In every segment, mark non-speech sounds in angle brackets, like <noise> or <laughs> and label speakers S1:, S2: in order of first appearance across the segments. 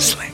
S1: Sling.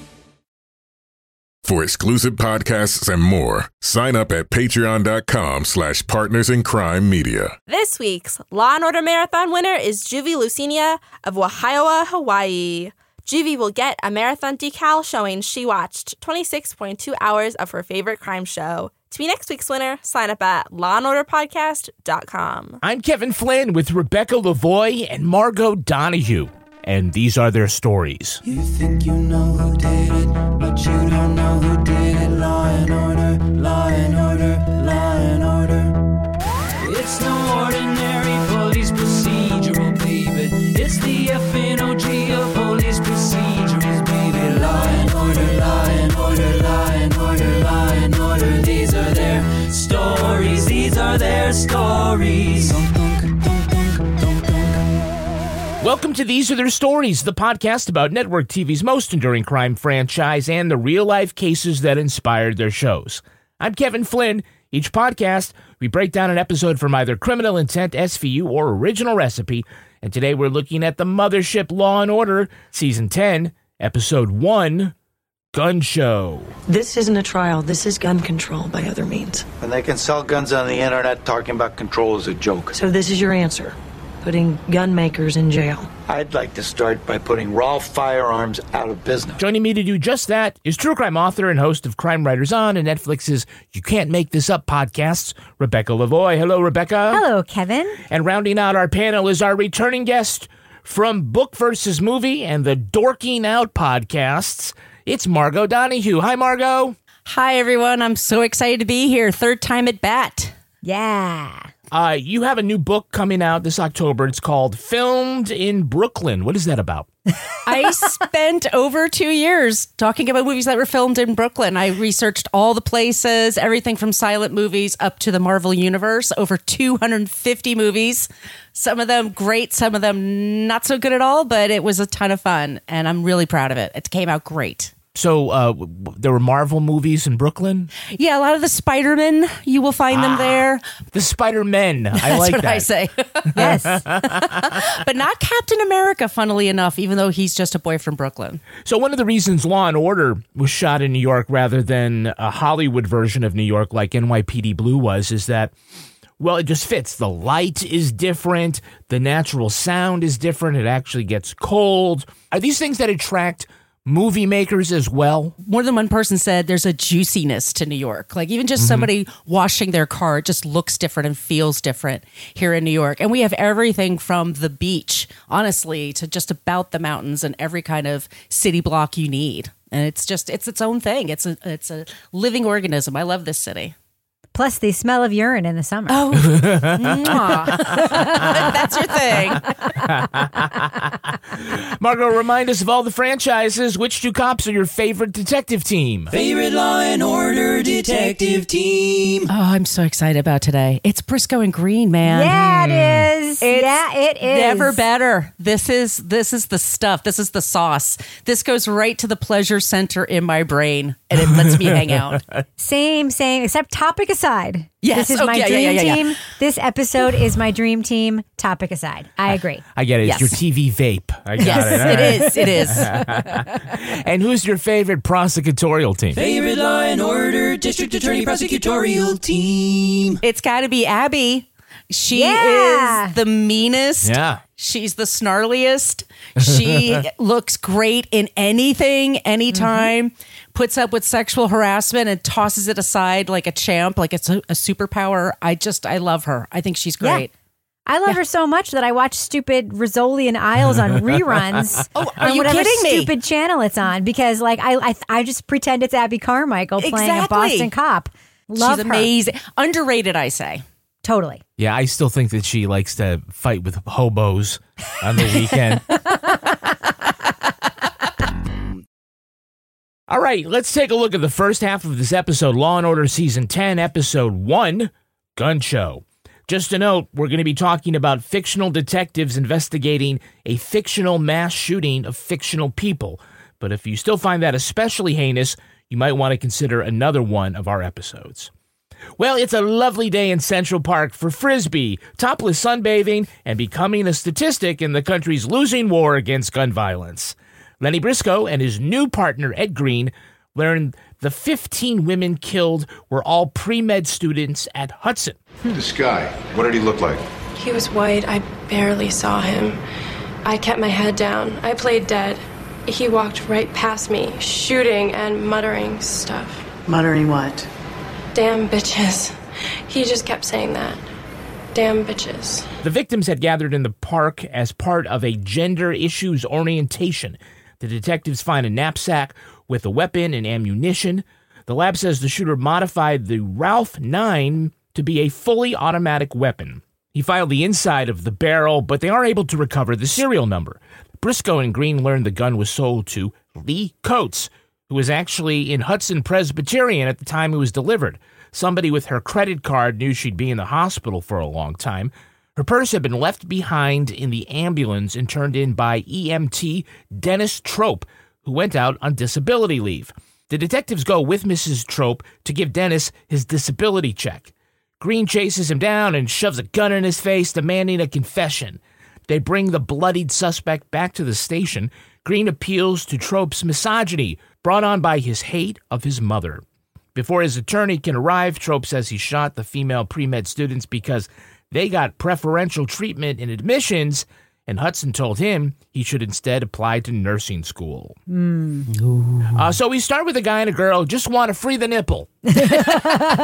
S2: For exclusive podcasts and more, sign up at patreon.com slash partners in crime media.
S3: This week's Law and Order Marathon winner is Juvie Lucinia of Waianawa, Hawaii. Juvie will get a marathon decal showing she watched 26.2 hours of her favorite crime show. To be next week's winner, sign up at lawandorderpodcast.com.
S4: I'm Kevin Flynn with Rebecca Lavoy and Margot Donahue, and these are their stories.
S5: You think you know who did it, but you don't know who did it. Law and order, law and order, law and order. It's no ordinary police procedural, baby. It's the FNOG of police procedurals, baby. Law and order, law and order, law and order, law and order. These are their stories. These are their stories.
S4: Welcome to These Are Their Stories, the podcast about network TV's most enduring crime franchise and the real life cases that inspired their shows. I'm Kevin Flynn. Each podcast, we break down an episode from either Criminal Intent, SVU, or Original Recipe. And today we're looking at the Mothership Law and Order, Season 10, Episode 1 Gun Show.
S6: This isn't a trial. This is gun control by other means.
S7: And they can sell guns on the internet talking about control is a joke.
S6: So this is your answer. Putting gun makers in jail.
S7: I'd like to start by putting raw firearms out of business.
S4: Joining me to do just that is true crime author and host of Crime Writers On and Netflix's You Can't Make This Up podcasts, Rebecca Lavoy. Hello, Rebecca.
S8: Hello, Kevin.
S4: And rounding out our panel is our returning guest from Book versus Movie and the Dorking Out podcasts. It's Margot Donahue. Hi, Margot.
S9: Hi, everyone. I'm so excited to be here. Third time at bat.
S8: Yeah.
S4: Uh, you have a new book coming out this October. It's called Filmed in Brooklyn. What is that about?
S9: I spent over two years talking about movies that were filmed in Brooklyn. I researched all the places, everything from silent movies up to the Marvel Universe, over 250 movies. Some of them great, some of them not so good at all, but it was a ton of fun. And I'm really proud of it. It came out great.
S4: So uh, w- w- there were Marvel movies in Brooklyn.
S9: Yeah, a lot of the Spider-Man, you will find them there.
S4: The Spider Men. <laughs> I
S9: <laughs> That's
S4: like
S9: what
S4: that.
S9: I say.
S8: Yes.
S9: but not Captain America, funnily enough, even though he's just a boy from Brooklyn.
S4: So one of the reasons Law and Order was shot in New York rather than a Hollywood version of New York like NYPD Blue was is that well it just fits. The light is different, the natural sound is different, it actually gets cold. Are these things that attract movie makers as well?
S9: More than one person said there's a juiciness to New York. Like even
S4: Mm-hmm.
S9: just somebody washing their car it just looks different and feels different here in New York. And we have everything from the beach, honestly, to just about the mountains and every kind of city block you need. And it's just it's its own thing. It's a it's a living organism. I love this city.
S8: Plus the smell of urine in the summer.
S9: <laughs> Oh, <laughs> that's your thing.
S4: Margot, remind us of all the franchises. Which two cops are your favorite detective team?
S5: Favorite Law and Order detective team.
S9: Oh, I'm so excited about today. It's Briscoe and Green, man.
S8: yeah, it is. yeah, it is.
S9: Hmm. Never better. This is this is the stuff. This is the sauce. This goes right to the pleasure center in my brain and it lets me hang out.
S8: <laughs> Same, same, except topic aside.
S9: Yes.
S8: This is
S9: Oh,
S8: my
S9: yeah, yeah,
S8: dream
S9: yeah, yeah.
S8: team. This episode is my dream team. Topic aside. I agree.
S4: I get it.
S9: Yes.
S4: It's your TV vape. I got it. All right.
S9: Yes, it is. It
S8: <laughs>
S9: is.
S4: And who's your favorite prosecutorial team?
S5: Favorite Law and Order district attorney prosecutorial team.
S9: It's got to be Abby. She
S8: Yeah.
S9: is the meanest.
S4: Yeah.
S9: She's the snarliest.
S8: <laughs>
S9: She looks great in anything, anytime,
S8: Mm-hmm.
S9: puts up with sexual harassment and tosses it aside like a champ, like it's a, a superpower. I just, I love her. I think she's
S8: Yeah.
S9: great.
S8: I love her so much that I watch stupid Rizzoli and
S9: <laughs>
S8: Isles on reruns. oh,
S9: are
S8: on
S9: you
S8: whatever
S9: kidding me?
S8: stupid channel it's on because like I I, I just pretend it's Abby Carmichael playing a
S9: Exactly.
S8: Boston cop. Love
S9: she's
S8: her.
S9: amazing. Underrated, I say.
S8: Totally.
S4: Yeah, I still think that she likes to fight with hobos on the weekend. All right, let's take a look at the first half of this episode, Law and Order Season 10, Episode 1, Gun Show. Just a note, we're going to be talking about fictional detectives investigating a fictional mass shooting of fictional people. But if you still find that especially heinous, you might want to consider another one of our episodes. Well, it's a lovely day in Central Park for frisbee, topless sunbathing, and becoming a statistic in the country's losing war against gun violence. Lenny Briscoe and his new partner, Ed Green, learned the 15 women killed were all pre med students at Hudson.
S10: This guy, what did he look like?
S11: He was white. I barely saw him. I kept my head down. I played dead. He walked right past me, shooting and muttering stuff.
S12: Muttering what?
S11: Damn bitches. He just kept saying that. Damn bitches.
S4: The victims had gathered in the park as part of a gender issues orientation. The detectives find a knapsack with a weapon and ammunition. The lab says the shooter modified the Ralph 9 to be a fully automatic weapon. He filed the inside of the barrel, but they aren't able to recover the serial number. Briscoe and Green learned the gun was sold to Lee Coates, who was actually in Hudson Presbyterian at the time it was delivered. Somebody with her credit card knew she'd be in the hospital for a long time. Her purse had been left behind in the ambulance and turned in by EMT Dennis Trope, who went out on disability leave. The detectives go with Mrs. Trope to give Dennis his disability check. Green chases him down and shoves a gun in his face, demanding a confession. They bring the bloodied suspect back to the station. Green appeals to Trope's misogyny, brought on by his hate of his mother. Before his attorney can arrive, Trope says he shot the female pre med students because they got preferential treatment in admissions, and Hudson told him he should instead apply to nursing school. Uh, so we start with a guy and a girl who just want to free the nipple.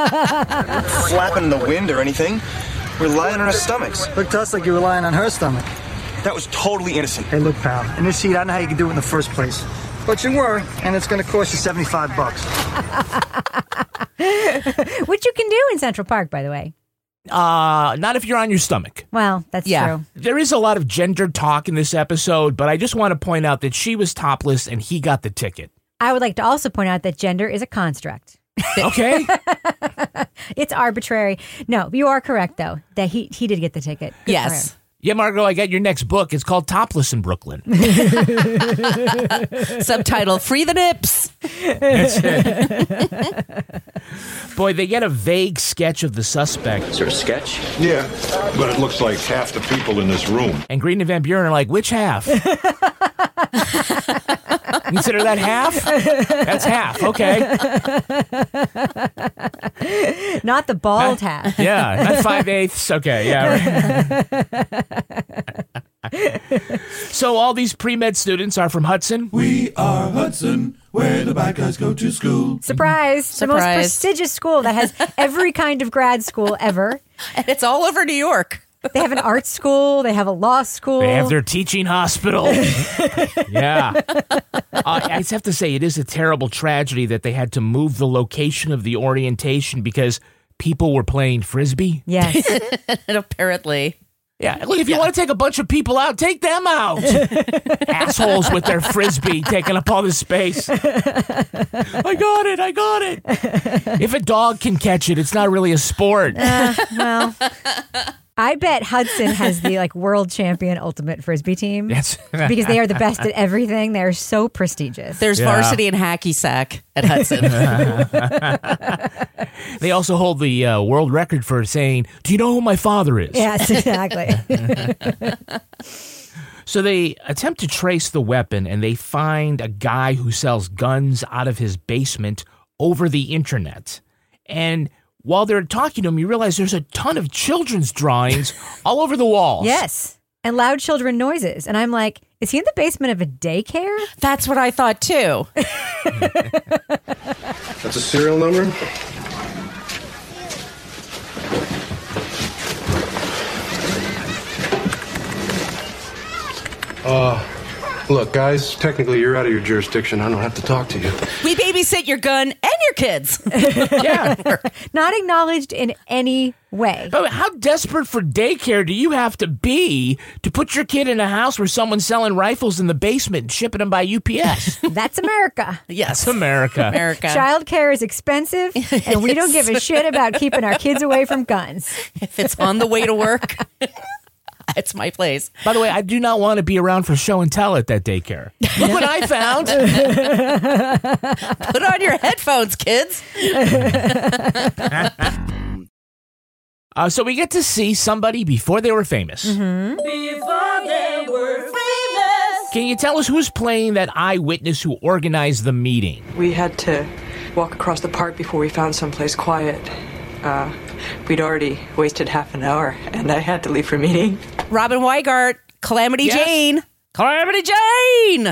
S13: flapping in the wind or anything. We're lying on our stomachs.
S14: Looked to us like you were lying on her stomach.
S13: That was totally innocent.
S14: Hey, look, pal. In this heat, I know how you can do it in the first place. But you were, and it's going to cost you 75 bucks.
S8: <laughs> Which you can do in Central Park, by the way.
S4: Uh, not if you're on your stomach.
S8: Well, that's true.
S4: There is a lot of gender talk in this episode, but I just want to point out that she was topless and he got the ticket.
S8: I would like to also point out that gender is a construct.
S4: Okay.
S8: It's arbitrary. No, you are correct though. That he he did get the ticket. Good for him.
S4: Yeah, Margot, I got your next book. It's called Topless in Brooklyn.
S9: Subtitle Free the Nips.
S4: Boy, they get a vague sketch of the suspect.
S7: Is there a sketch?
S10: Yeah, but it looks like half the people in this room.
S4: And Green and Van Buren are like, which half? Consider that half? That's half. Okay.
S8: Not the
S15: <laughs>
S8: bald hat.
S4: Yeah. Not five eighths. Okay. Yeah. right. <laughs> so all these pre med students are from Hudson.
S16: We are Hudson, where the bad guys go to school.
S8: Surprise. The most
S9: Surprise.
S8: prestigious school that has every kind of grad school ever.
S9: And it's all over New York.
S8: They have an art school, they have a law school.
S4: They have their teaching hospital. yeah. Uh, I I just have to say, it is a terrible tragedy that they had to move the location of the orientation because people were playing frisbee.
S8: Yes.
S9: And apparently.
S4: Yeah. Look, if you want to take a bunch of people out, take them out. Assholes with their frisbee taking up all this space. I got it. I got it. If a dog can catch it, it's not really a sport.
S8: well, I bet Hudson has the like world champion ultimate frisbee team.
S4: That's-
S8: because they are the best at everything. They are so prestigious.
S9: There's
S4: Yeah.
S9: varsity and hacky sack at
S8: <laughs>
S9: Hudson.
S4: They also hold the uh, world record for saying, Do you know who my father is?
S8: yes, <laughs> exactly.
S4: So they attempt to trace the weapon and they find a guy who sells guns out of his basement over the internet. And while they're talking to him, you realize there's a ton of children's drawings all over the walls.
S8: yes. And loud children noises. And I'm like, is he in the basement of a daycare?
S9: That's what I thought too.
S10: That's a serial number?
S12: Look, guys, technically you're out of your jurisdiction. I don't have to talk to you.
S9: We babysit your gun and your kids.
S8: yeah. Not acknowledged in any way.
S4: But how desperate for daycare do you have to be to put your kid in a house where someone's selling rifles in the basement and shipping them by UPS?
S8: That's America.
S4: yes, America.
S9: America.
S8: Child care
S9: <laughs>
S8: is expensive, and we don't give a shit about keeping our kids away from guns.
S9: If it's on the way to work, <laughs> it's my place.
S4: <laughs> By the way, I do not want to be around for show and tell at that daycare. Look what I found.
S9: Put on your headphones, kids.
S4: Uh, so we get to see somebody before they were famous.
S5: Before they were famous.
S4: Can you tell us who's playing that eyewitness who organized the meeting?
S17: We had to walk across the park before we found someplace quiet. Uh, we'd already wasted half an hour, and I had to leave for a meeting.
S9: Robin Weigart, Calamity
S4: Yes.
S9: Jane. Calamity Jane.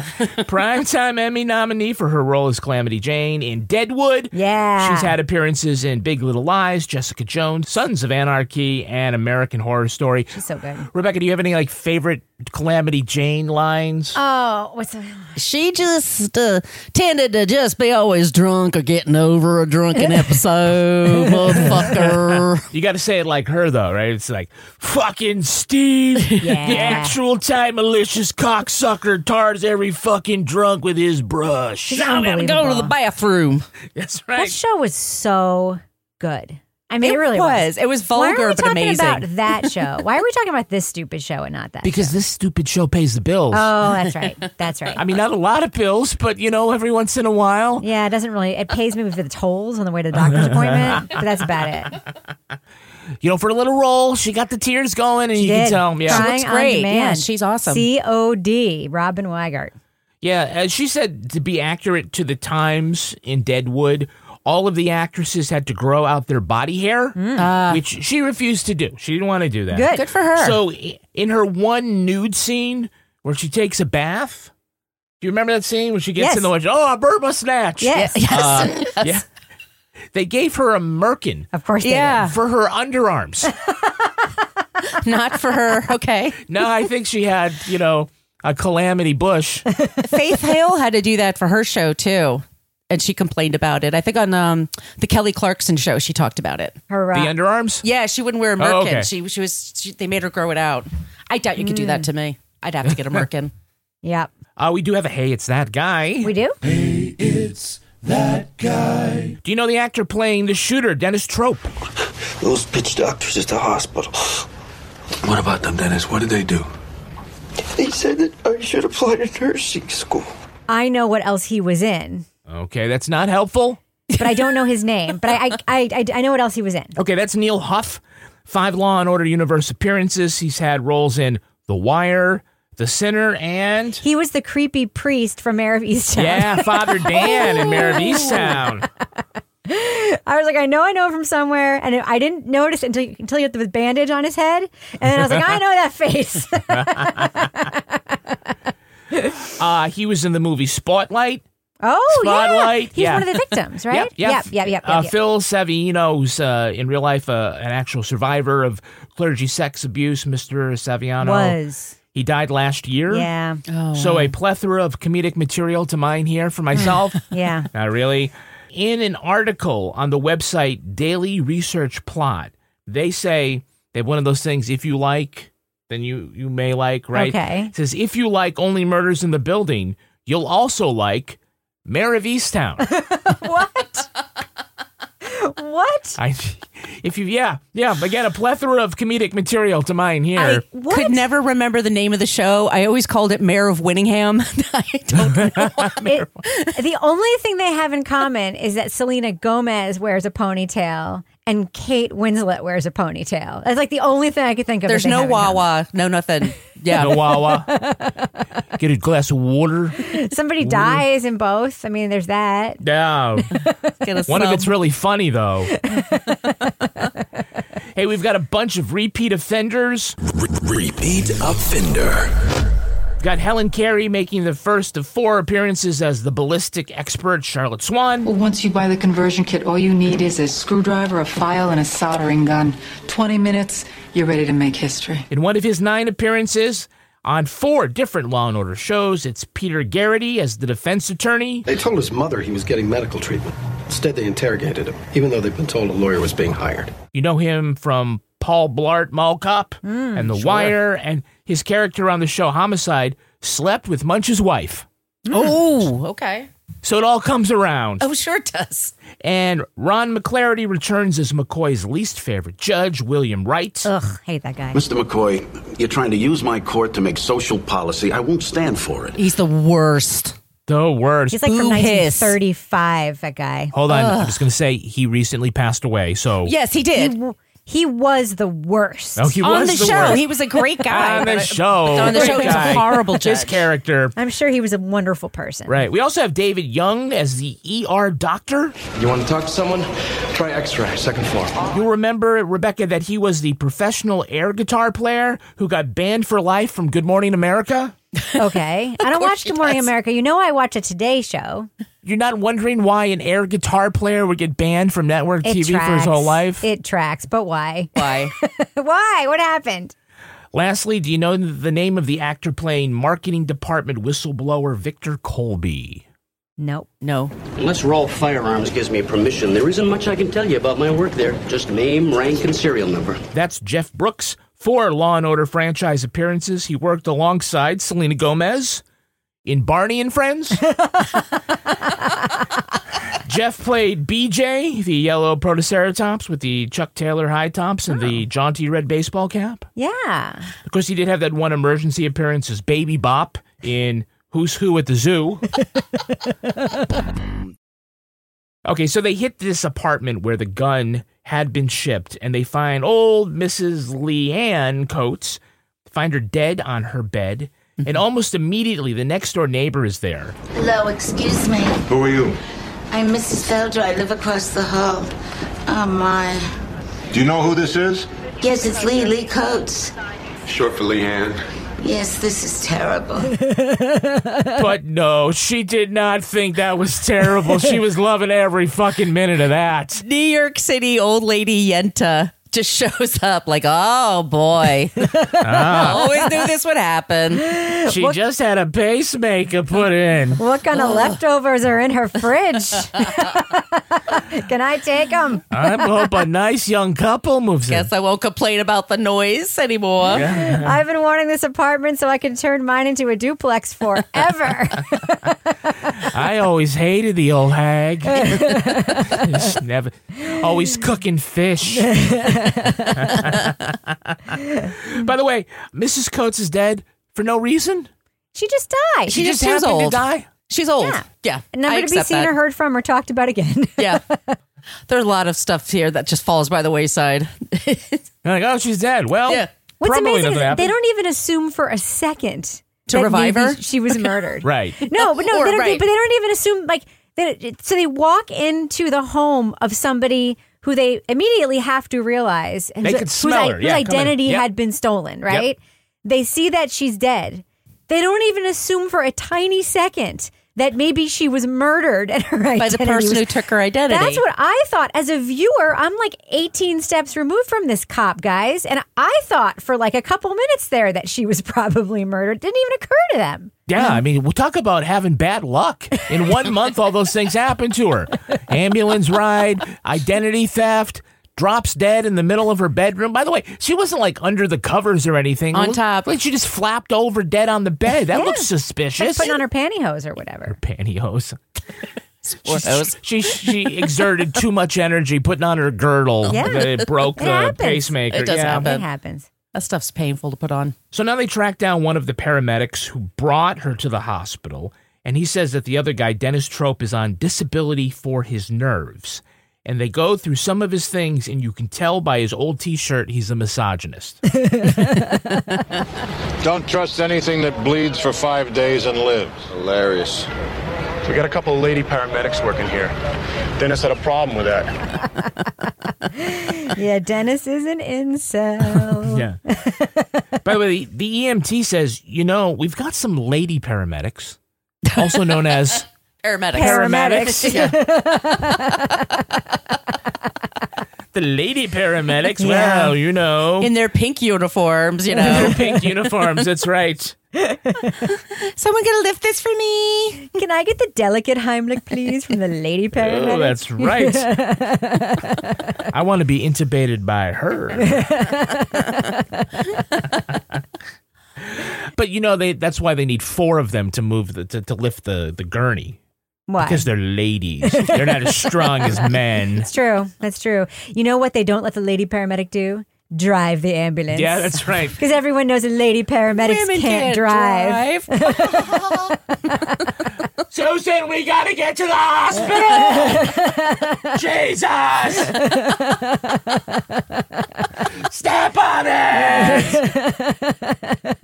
S4: Primetime Emmy nominee for her role as Calamity Jane in Deadwood. Yeah. She's had appearances in Big Little Lies, Jessica Jones, Sons of Anarchy, and American Horror Story. She's
S8: <laughs> so good.
S4: Rebecca, do you have any like favorite Calamity Jane lines?
S8: Oh, what's the
S9: She just uh, tended to just be always drunk or getting over a
S8: <laughs>
S9: drunken episode, motherfucker.
S4: You got to say it like her though, right? It's like fucking
S8: <laughs>
S4: Steve,
S9: Yeah.
S4: the actual time malicious cocksucker tars every fucking drunk with his brush.
S9: Now I'm gonna go to the bathroom.
S4: <laughs> That's
S8: That show was so good. I mean,
S9: It
S8: it, really
S9: was. It was
S8: Why
S9: vulgar,
S8: are we
S9: but
S8: talking
S9: amazing.
S8: About that show. Why are we talking about this stupid show and not that?
S4: Because this stupid show pays the bills.
S8: Oh, that's right. That's right.
S4: I mean, not a lot of bills, but you know, every once in a while.
S8: Yeah, it doesn't really. It pays me for the tolls on the way to the doctor's appointment, but that's about it.
S4: You know, for a little role, she got the tears going, and
S8: She
S4: you
S8: did.
S4: can tell. Yeah,
S8: Crying on demand.
S4: See?
S8: COD, Robin Weigart.
S4: Yeah, as she said, to be accurate to the times in Deadwood, all of the actresses had to grow out their body hair, which she refused to do. She didn't want to do that.
S9: Mm. Good. Good for her.
S4: So, i- in her one nude scene where she takes a bath, do you remember that scene where she gets
S9: Yes.
S4: in the water? Oh, I burnt my snatch.
S9: Yes. Yes.
S4: Uh,
S9: <laughs> Yes.
S4: Yeah. They gave her a merkin.
S8: Of course
S9: they Yeah. did.
S4: For
S9: <laughs>
S4: her underarms.
S9: Not for her. Okay.
S4: No, I think she had, you know, a calamity bush.
S9: Faith Hale had to do that for her show too, and she complained about it. I think on um, the Kelly Clarkson show, she talked about it.
S8: Her
S4: The underarms?
S9: Yeah, she wouldn't wear a merkin.
S4: Oh, okay.
S9: She she was she, they made her grow it out. I doubt you could do that to me. I'd have to get a
S4: <laughs>
S9: merkin.
S8: Yep.
S4: Uh, we do have a Hey, It's That Guy. We
S8: do?
S4: Hey, It's That Guy. Do you know the actor playing the shooter, Dennis Trope?
S13: Those bitch doctors at the hospital.
S10: What about them, Dennis? What did they do?
S13: They said that I should apply to nursing school.
S8: I know what else he was in,
S4: Okay, that's not helpful.
S8: but I don't know his name. But I, I, I, I, I know what else he was in.
S4: Okay, that's Neil Huff. Five Law and Order Universe appearances. He's had roles in The Wire, The Sinner, and.
S8: He was the creepy priest from Mayor of Easttown.
S4: Yeah, Father Dan in
S8: <laughs>
S4: Mayor of Easttown.
S8: I was like, I know, I know from somewhere, and I didn't notice until until you had the bandage on his head, and then I was like, I know that face.
S4: <laughs> Uh, he was in the movie Spotlight.
S8: Oh, yeah.
S4: Spotlight.
S8: He's
S4: yeah.
S8: one of the victims,
S4: <laughs>
S8: right?
S4: Yep, yep,
S8: Yep, yep, yep,
S4: Uh,
S8: yep, yep.
S4: Phil Saviano, who's uh, in real life uh, an actual survivor of clergy sex abuse, Mr. Saviano.
S8: Was.
S4: He died last year.
S8: Yeah. Oh,
S4: so
S8: wow.
S4: a plethora of comedic material to mine here for
S8: <laughs>
S4: myself.
S8: yeah.
S4: Not really. In an article on the website Daily Research Plot, they say that one of those things, if you like, then you, you may like, right?
S8: Okay.
S4: It says, if you like only murders in the building, you'll also like Mayor of
S8: <laughs>
S4: Easttown.
S8: What?
S4: I, if you, yeah, yeah, again, a plethora of comedic material to mine here.
S9: Could never remember the name of the show. I always called it Mayor of Winningham. <laughs> I don't
S4: <laughs>
S8: It- the only thing they have in common is that Selena Gomez wears a ponytail and Kate Winslet wears a ponytail. That's like the only thing I could think of.
S9: There's no Wawa, no nothing. Yeah.
S4: No Wawa. Get a glass of water.
S8: Somebody dies in both. I mean, there's that. <laughs>
S4: No.
S9: Get a
S4: One of
S9: sub.
S4: it's really funny, though. hey, we've got a bunch of repeat offenders.
S18: Repeat offender.
S4: We've got Helen Carey making the first of four appearances as the ballistic expert, Charlotte Swan.
S15: Well, once you buy the conversion kit, all you need is a screwdriver, a file, and a soldering gun. 20 minutes, you're ready to make history.
S4: In one of his nine appearances, on four different Law and Order shows. It's Peter Garrity as the defense attorney.
S12: They told his mother he was getting medical treatment. Instead, they interrogated him, even though they'd been told a lawyer was being hired.
S4: You know him from Paul Blart Mall Cop
S9: Hmm,
S4: and The
S12: sure.
S4: Wire, and his character on the show Homicide slept with Munch's wife.
S9: Oh, okay.
S4: So it all comes around.
S9: Oh, sure it does.
S4: And Ron McClarity returns as McCoy's least favorite judge, William Wright.
S8: Ugh, hate that guy.
S19: Mr. McCoy, you're trying to use my court to make social policy. I won't stand for it.
S9: He's the worst.
S4: The worst.
S8: He's like from
S9: Boo hiss.
S8: 1935. That guy.
S4: Hold on,
S8: Ugh.
S4: I'm just going to say he recently passed away. So
S9: Yes, he did.
S8: He, w- he was the worst.
S4: Oh, he
S9: on
S4: was
S9: the,
S4: the
S9: show,
S4: worst.
S9: he was a <laughs> great guy.
S4: on the show,
S9: On the
S4: great
S9: show, he was
S4: guy.
S9: a horrible
S4: His
S9: judge.
S4: character,
S8: I'm sure he was a wonderful person.
S4: right? We also have David Young as the ER doctor.
S12: You want to talk to someone? Try X-ray, second floor.
S4: You'll remember, Rebecca, that he was the professional air guitar player who got banned for life from Good Morning America.
S8: Okay. I don't watch Good Morning America. You know I watch a Today Show.
S4: You're not wondering why an air guitar player would get banned from network
S8: It
S4: TV
S8: tracks.
S4: for his whole life?
S8: It tracks, but why?
S9: Why?
S8: <laughs> why? What happened?
S4: Lastly, do you know the name of the actor playing marketing department whistleblower Victor Colby?
S8: Nope.
S9: No.
S20: Unless Raw Firearms gives me permission, there isn't much I can tell you about my work there. Just name, rank, and serial number.
S4: That's Jeff Brooks. Four Law and Order franchise appearances. He worked alongside Selena Gomez in Barney and Friends. Jeff played BJ, the yellow Protoceratops with the Chuck Taylor high tops and the jaunty red baseball cap.
S8: Yeah.
S4: Of course, he did have that one emergency appearance as Baby Bop in Who's Who at the Zoo. okay, so they hit this apartment where the gun had been shipped, and they find old Mrs. Leanne Coates, find her dead on her bed, and almost immediately the next door neighbor is there.
S21: Hello, excuse me.
S10: Who are you?
S21: I'm Mrs. Felder. I live across the hall. Oh, my.
S10: Do you know who this is?
S21: Yes, it's Lee, Lee Coates.
S10: Short for Leanne.
S21: Yes, this is terrible.
S4: but no, she did not think that was terrible. she was loving every fucking minute of that.
S9: New York City old lady Yenta just <laughs> shows up like, oh boy. I always knew this would happen.
S4: She just had a pacemaker put in.
S8: What kind
S3: Oh.
S8: of leftovers are in her fridge? Can I take them?
S4: I hope a nice young couple moves
S9: <laughs>
S4: in.
S9: Guess I won't complain about the noise
S8: <gasps>
S9: anymore.
S8: I've been wanting this apartment so I can turn mine into a duplex forever.
S4: I always hated the old
S8: <laughs>
S4: hag. Just never, always cooking fish. <laughs> By the way, Mrs. Coates is dead for no reason.
S8: she just died.
S9: She She just- just she was happened to old. die? She's old.
S8: Yeah.
S9: Yeah. I
S8: Never to be
S9: accept
S8: seen
S9: that.
S8: or heard from or talked about again. <laughs>
S9: Yeah. There are a lot of stuff here that just falls by the wayside.
S4: They're like, oh, she's dead. Well,
S9: Yeah.
S8: What's
S4: probably
S8: amazing
S4: nothing
S8: is
S4: happened.
S8: they don't even assume for a second
S9: To
S8: that
S9: revive
S8: maybe
S9: her?
S8: She was murdered.
S4: Right.
S8: No, but no,
S9: Or-
S8: they don't,
S9: right.
S8: but they don't even assume like that. So they walk into the home of somebody who they immediately have to realize
S4: They could smell her.
S8: whose
S4: Yeah, come in.
S8: identity
S4: Yep.
S8: had been stolen. Right. They see that she's dead. They don't even assume for a tiny second that maybe she was murdered <laughs> and her
S9: By the
S8: identity
S9: person
S8: was-
S9: who took her identity.
S8: that's what I thought as a viewer. I'm like 18 steps removed from this cop, guys. And I thought for like a couple minutes there that she was probably murdered. Didn't even occur to them.
S4: Yeah, I mean, we'll talk about having bad luck. In one month, all those things happen to her ambulance ride, identity theft, drops dead in the middle of her bedroom. By the way, she wasn't like under the covers or anything.
S9: On
S4: Look-
S9: top.
S4: Like she just flapped over dead on the bed. That looks
S8: Like
S4: suspicious.
S8: putting on her pantyhose or whatever.
S4: pantyhose.
S9: Or hose.
S4: She she exerted too much energy putting on her girdle
S8: Yeah.
S4: that it broke
S8: It
S4: the
S8: happens.
S4: pacemaker.
S9: It does
S4: yeah.
S9: happen.
S8: It happens.
S9: That stuff's painful to put on.
S4: So now they track down one of the paramedics who brought her to the hospital, and he says that the other guy, Dennis Trope, is on disability for his nerves. And they go through some of his things, and you can tell by his old t shirt he's a misogynist.
S9: <laughs>
S10: Don't trust anything that bleeds for five days and lives. Hilarious.
S12: We got a couple of lady paramedics working here. Dennis had a problem with that.
S8: yeah, Dennis is an incel.
S4: yeah. By the way, the EMT says, you know, we've got some lady paramedics, also known as
S9: <laughs> Paramedics.
S4: Paramedics.
S9: Yeah.
S4: <laughs> the lady paramedics.
S9: Yeah.
S4: Well, you know,
S9: in their pink uniforms, you know. <laughs>
S4: their pink uniforms. That's right.
S9: <laughs> Someone gonna lift this for me?
S8: Can I get the delicate Heimlich, please, from the lady paramedic?
S4: Oh, that's <laughs>
S8: <laughs>
S4: right. I want to be intubated by her. <laughs> but you know, they that's why they need four of them to move the to, to lift the the gurney.
S8: Why?
S4: Because they're ladies. They're not as strong <laughs> as men.
S8: It's true. That's true. You know what they don't let the lady paramedic do? Drive the ambulance.
S4: Yeah, that's right.
S8: Because everyone knows a lady paramedics
S9: Women can't
S8: can't,
S4: <laughs>
S8: drive.
S4: Susan, we gotta get to the <laughs> hospital. Jesus, step on it.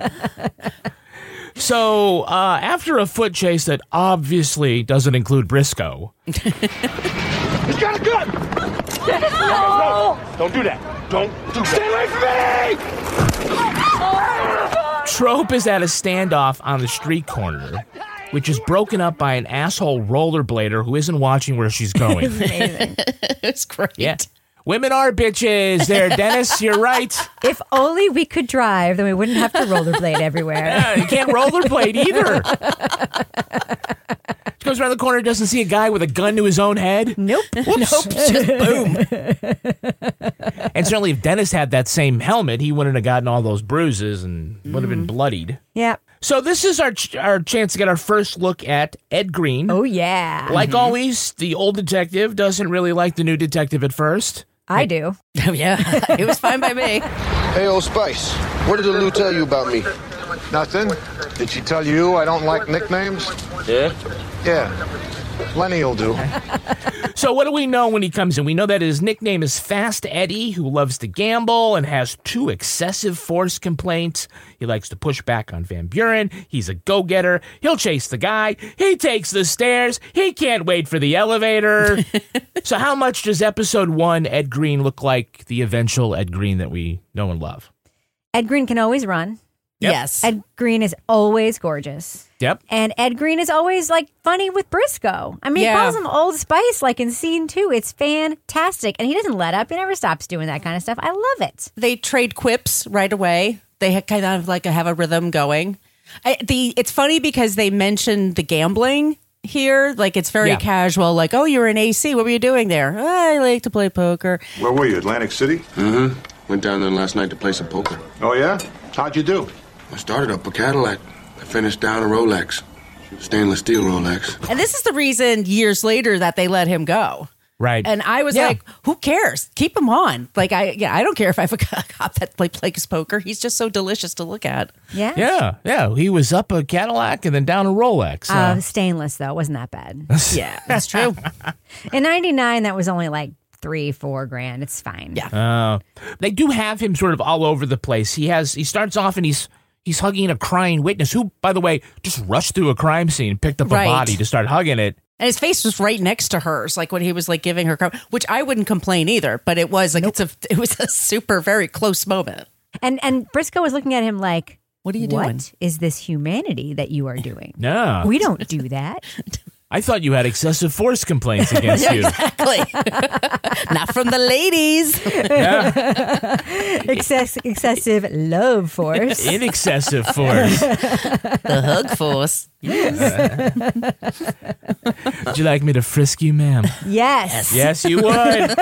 S4: So, uh, after a foot chase that obviously doesn't include Briscoe,
S5: He's got a gun! No! Don't do that. Don't do that. Stay away from
S4: Trope is at a standoff on the street corner, which is broken up by an asshole rollerblader who isn't watching where she's going.
S9: <laughs> it's great.
S4: Yeah. Women are bitches. There, Dennis, you're right.
S8: if only we could drive, then we wouldn't have to rollerblade
S4: <laughs>
S8: everywhere.
S4: Yeah, you can't rollerblade either. She goes around the corner, doesn't see a guy with a gun to his own head.
S8: Nope.
S4: Whoops.
S9: Nope, just
S4: boom. and certainly, if Dennis had that same helmet, he wouldn't have gotten all those bruises and would have been bloodied.
S8: Yeah.
S4: So this is our ch- our chance to get our first look at Ed Green.
S8: Oh yeah.
S4: Like always, the old detective doesn't really like the new detective at first.
S8: I do.
S9: <laughs> Oh, yeah. <laughs> It was fine by me.
S10: Hey, old Spice, what did the Lou tell you about me? Nothing. Did she tell you I don't like nicknames? Yeah? Yeah. Lenny will do.
S4: So what do we know when he comes in? We know that his nickname is Fast Eddie, who loves to gamble and has two excessive force complaints. He likes to push back on Van Buren. He's a go-getter. He'll chase the guy. He takes the stairs. He can't wait for the elevator.
S9: <laughs>
S4: so how much does episode 1 Ed Green look like the eventual Ed Green that we know and love?
S8: Ed Green can always run.
S4: Yep.
S9: Yes.
S8: Ed Green is always gorgeous.
S4: Yep.
S8: And Ed Green is always like funny with Briscoe. I mean,
S9: Yeah.
S8: he calls him Old Spice like in scene two. It's fantastic. And he doesn't let up. He never stops doing that kind of stuff. I love it.
S9: they trade quips right away. They ha- kind of like have a rhythm going. I, the it's funny because they mentioned the gambling here, like it's very
S10: Yeah.
S9: casual. Like, oh, you're an AC. What were you doing there? "Oh, I like to play poker.
S10: Where were you, Atlantic City?
S19: Mm-hmm. Went down there last night to play some poker.
S10: Oh, yeah? How'd you do?
S19: I started up a Cadillac. I finished down a Rolex. Stainless steel Rolex.
S9: And this is the reason years later that they let him go.
S4: Right.
S9: And I was
S4: Yeah.
S9: like, who cares? Keep him on. Like I yeah, I don't care if I <laughs> have a cop that play plays poker. He's just so delicious to look at.
S8: Yeah.
S4: Yeah, yeah. He was up a Cadillac and then down a Rolex.
S9: Um,
S8: Uh,
S4: Uh,
S8: stainless, though. Wasn't that bad.
S9: Yeah, that's <laughs> true.
S8: In 99, that was only like three, four grand. It's fine.
S9: Yeah.
S4: Uh, they do have him sort of all over the place. He has he starts off and he's he's hugging a crying witness who, by the way, just rushed through a crime scene, picked up
S9: Right.
S4: a body to start hugging it.
S9: And his face was right next to hers, like when he was like giving her, cum- which I wouldn't complain either. But it was like it's a, it was a super very close moment.
S8: And and Briscoe was looking at him like,
S9: What are you doing?"
S8: What is this humanity that you are doing?
S4: No,
S8: We don't do that.
S4: I thought you had excessive force complaints
S8: <laughs>
S4: against you.
S9: <laughs> Exactly. Not from the ladies.
S4: Yeah,
S8: Excess, excessive love force.
S4: in excessive
S8: <laughs>
S4: force.
S9: The hug force.
S4: Would you like me to frisk you, ma'am?
S8: Yes.
S4: Yes, you
S8: <laughs>
S4: would.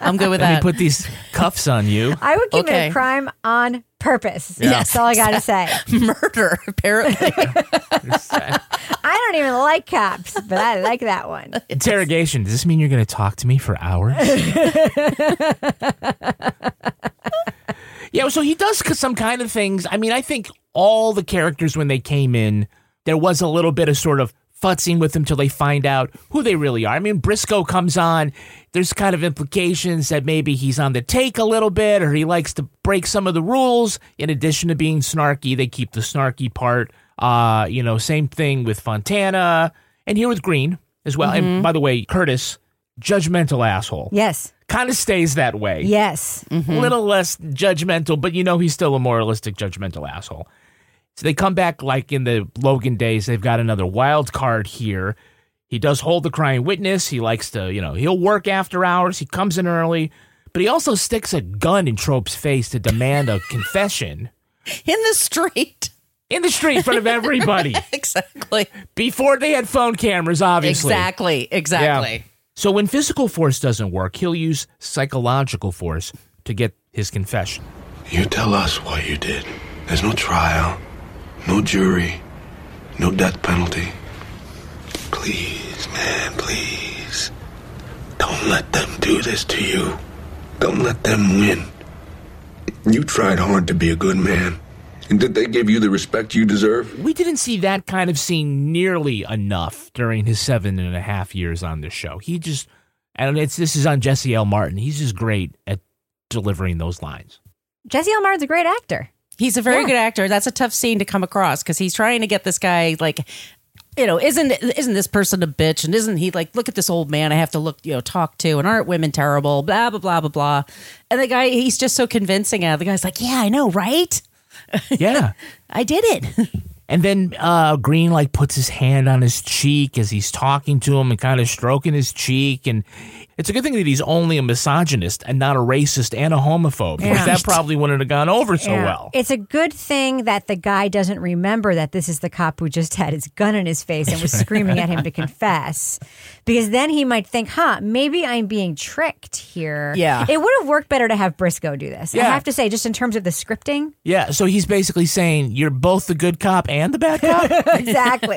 S9: I'm good with
S4: Let me
S9: that.
S4: put these cuffs on you.
S8: I would commit
S9: Okay.
S8: a crime on purpose.
S4: Yeah.
S8: That's all I got to say.
S9: Murder, <laughs> apparently.
S8: I don't even like cops, but I like that one.
S4: Interrogation. Does this mean you're going to talk to me for hours? yeah, so he does c- some kind of things. I mean, I think all the characters when they came in, there was a little bit of sort of futzing with them till they find out who they really are. I mean, Briscoe comes on. There's kind of implications that maybe he's on the take a little bit or he likes to break some of the rules. In addition to being snarky, they keep the snarky part. Uh, you know, same thing with Fontana and here with Green as well. And by the way, Curtis, judgmental asshole.
S8: Yes.
S4: Kind of stays that way.
S8: Yes.
S4: A Mm-hmm. little less judgmental, but you know he's still a moralistic, judgmental asshole. So they come back like in the Logan days. They've got another wild card here. He does hold the crying witness. He likes to, you know, he'll work after hours. He comes in early, but he also sticks a gun in Trope's face to demand a confession
S9: in the street. <laughs>
S4: In the street, in front of everybody.
S9: exactly.
S4: Before they had phone cameras, obviously.
S9: Exactly. Exactly.
S4: Yeah. So when physical force doesn't work, he'll use psychological force to get his confession.
S1: You tell us what you did. There's no trial, no jury, no death penalty. Please, man, please. Don't let them do this to you. Don't let them win. You tried hard to be a good man. And did they give you the respect you deserve?
S4: We didn't see that kind of scene nearly enough during his seven and a half years on this show. He just, and it's this is on Jesse L. Martin. He's just great at delivering those
S8: <laughs>
S4: lines.
S8: Jesse L. Martin's a great actor.
S9: He's a very
S8: Yeah.
S9: good actor. That's a tough scene to come across because he's trying to get this guy like, you know, isn't isn't this person a bitch? And isn't he like, look at this old man I have to look, you know, talk to, and aren't women terrible? Blah blah blah blah blah. And the guy, he's just so convincing. At it. the guy's like, yeah, I know, right?
S4: Yeah.
S9: I did it. <laughs>
S4: And then uh, Green like puts his hand on his cheek as he's talking to him and kind of stroking his cheek. And it's a good thing that he's only a misogynist and not a racist and a homophobe. 'cause
S8: Yeah.
S4: That probably wouldn't have gone over so
S8: Yeah.
S4: well.
S8: It's a good thing that the guy doesn't remember that this is the cop who just had his gun in his face and was screaming at him to confess. Because then he might think, huh, maybe I'm being tricked here.
S4: Yeah.
S8: It would have worked better to have Briscoe do this. I
S4: Yeah.
S8: have to say, just in terms of the scripting. <laughs>
S4: Yeah. So he's basically saying you're both the good cop and the bad cop.
S8: <laughs>
S4: <laughs>
S8: exactly.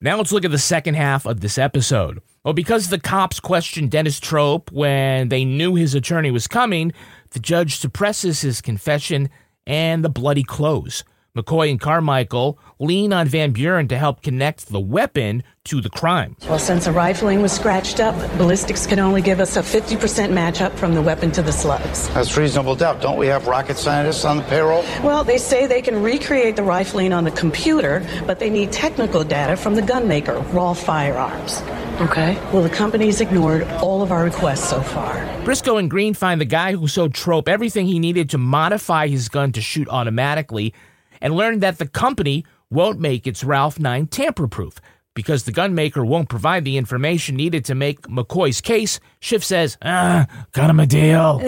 S4: Now let's look at the second half of this episode. Well, because the cops questioned Dennis Trope when they knew his attorney was coming, the judge suppresses his confession and the bloody clothes. McCoy and Carmichael lean on Van Buren to help connect the weapon to the crime.
S22: Well, since the rifling was scratched up, ballistics can only give us a 50% matchup from the weapon to the slugs.
S23: That's reasonable doubt. Don't we have rocket scientists on the payroll?
S22: Well, they say they can recreate the rifling on the computer, but they need technical data from the gunmaker, raw firearms. Okay. Well, the company's ignored all of our requests so far.
S4: Briscoe and Green find the guy who sold Trope everything he needed to modify his gun to shoot automatically and learn that the company won't make its Ralph 9 tamper proof. Because the gun maker won't provide the information needed to make McCoy's case, Schiff says, ah, got him a deal.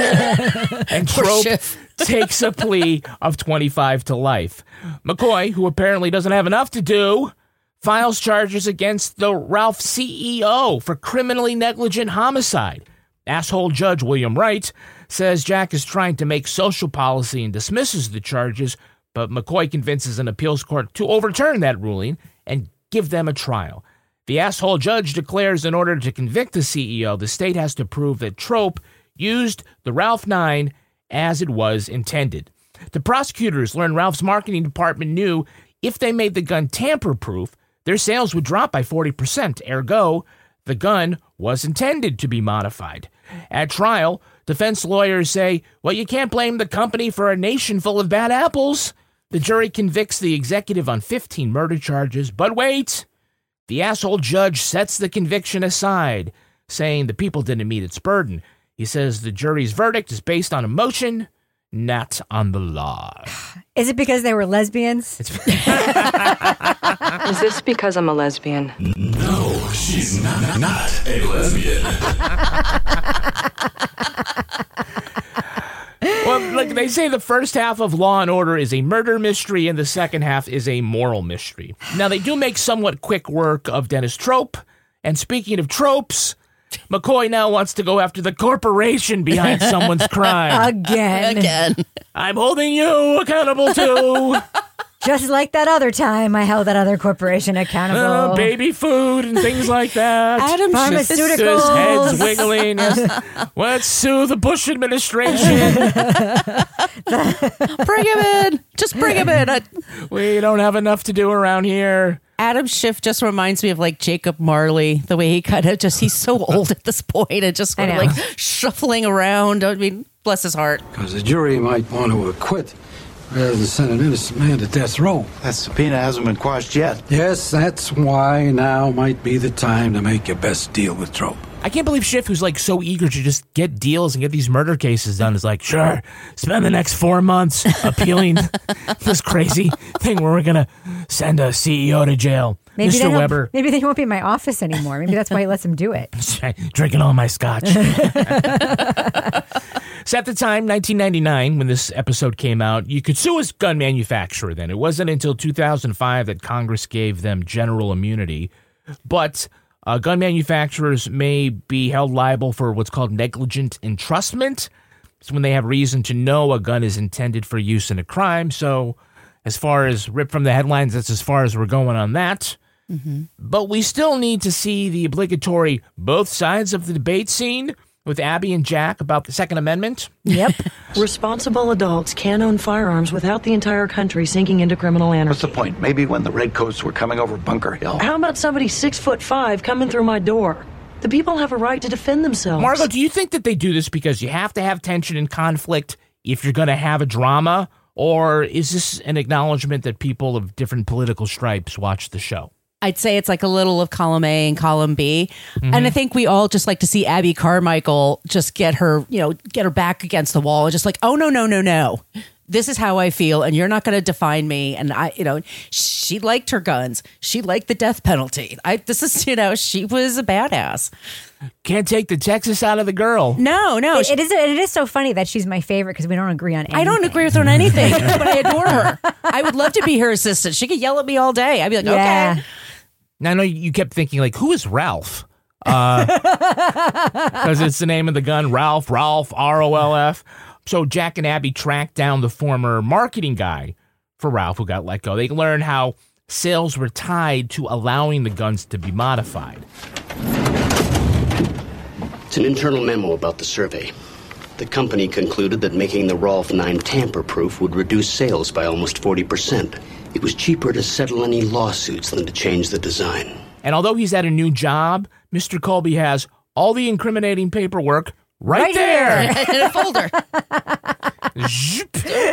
S4: and Trope <laughs> takes a plea of 25 to life. McCoy, who apparently doesn't have enough to do, files charges against the Ralph CEO for criminally negligent homicide. Asshole Judge William Wright says Jack is trying to make social policy and dismisses the charges, but McCoy convinces an appeals court to overturn that ruling and give them a trial. The asshole judge declares in order to convict the CEO, the state has to prove that Trope used the Ralph 9 as it was intended. The prosecutors learn Ralph's marketing department knew if they made the gun tamper proof, their sales would drop by 40%. Ergo, the gun was intended to be modified. At trial, defense lawyers say, well, you can't blame the company for a nation full of bad apples. The jury convicts the executive on 15 murder charges, but wait! The asshole judge sets the conviction aside, saying the people didn't meet its burden. He says the jury's verdict is based on emotion, not on the law.
S8: Is it because they were lesbians?
S4: <laughs>
S22: Is this because I'm a lesbian?
S18: No, she's not, not a lesbian.
S4: <laughs> Well, like they say the first half of Law and Order is a murder mystery and the second half is a moral mystery. Now they do make somewhat quick work of Dennis Trope. And speaking of tropes, McCoy now wants to go after the
S22: <laughs>
S4: corporation behind someone's
S22: Uh,
S4: crime.
S8: Again. Again.
S4: I'm holding you accountable to
S8: Just like that other time I held that other corporation accountable.
S4: uh, baby food and things like that.
S8: <laughs> Adam Pharmaceuticals.
S4: His head's wiggling. <laughs> Let's sue the Bush
S8: <laughs>
S4: administration.
S9: <laughs> bring him in. Just bring him in. I-
S4: we don't have enough to do around here.
S9: Adam Schiff just reminds me of like Jacob Marley, the way he kind of just, he's so old at this point and just kind of like shuffling around. I mean, bless his heart.
S2: Because the jury might want to acquit rather than send an innocent man to death row.
S23: That subpoena hasn't been quashed yet.
S2: Yes, that's why now might be the time to make your best deal with Trope.
S4: I can't believe Schiff, who's like so eager to just get deals and get these murder cases done, is like, sure, spend the next four months
S8: <laughs>
S4: appealing this crazy thing where we're going to send a CEO to jail.
S8: Maybe
S4: Mr.
S8: then,
S4: Weber,
S8: Weber. maybe then he won't be in my office anymore. Maybe that's why he lets him do it.
S4: <laughs> drinking all my scotch. so at the time, 1999, when this episode came out, you could sue a gun manufacturer then. It wasn't until 2005 that Congress gave them general immunity. But uh, gun manufacturers may be held liable for what's called negligent entrustment. It's when they have reason to know a gun is intended for use in a crime. So, as far as ripped from the headlines, that's as far as we're going on that. But we still need to see the obligatory both sides of the debate scene with Abby and Jack about the Second Amendment.
S9: <laughs>
S8: Yep.
S22: Responsible adults can own firearms without the entire country sinking into criminal anarchy.
S13: What's the point? Maybe when the redcoats were coming over Bunker Hill.
S22: How about somebody six foot five coming through my door? The people have a right to defend themselves.
S4: Margo, do you think that they do this because you have to have tension and conflict if you're going to have a drama? Or is this an acknowledgement that people of different political stripes watch the show?
S9: I'd say it's like a little of column A and column B. And I think we all just like to see Abby Carmichael just get her, you know, get her back against the wall and just like, oh, no, no, no, no. This is how I feel. And you're not going to define me. And I, you know, she liked her guns. She liked the death penalty. I, this is, you know, she was a badass.
S4: Can't take the Texas out of the girl.
S9: No, no.
S8: It- it is. It is so funny that she's my favorite because we don't agree on. Anything.
S9: I don't agree with her on anything, but I adore her. I would love to be her assistant. She could yell at me all day. I'd be like,
S8: Yeah.
S9: okay.
S4: Now, I know you kept thinking, like, who is Ralph? Uh,
S9: <laughs>
S4: Because it's the name of the gun Ralph, Ralph, R O L F. So Jack and Abby tracked down the former marketing guy for Ralph who got let go. They learned how sales were tied to allowing the guns to be modified.
S20: It's an internal memo about the survey. The company concluded that making the Rolf 9 tamper proof would reduce sales by almost 40%. It was cheaper to settle any lawsuits than to change the design.
S4: And although he's at a new job, Mr. Colby has all the incriminating paperwork
S9: Right
S4: right, there.
S9: in a folder.
S4: Zhup.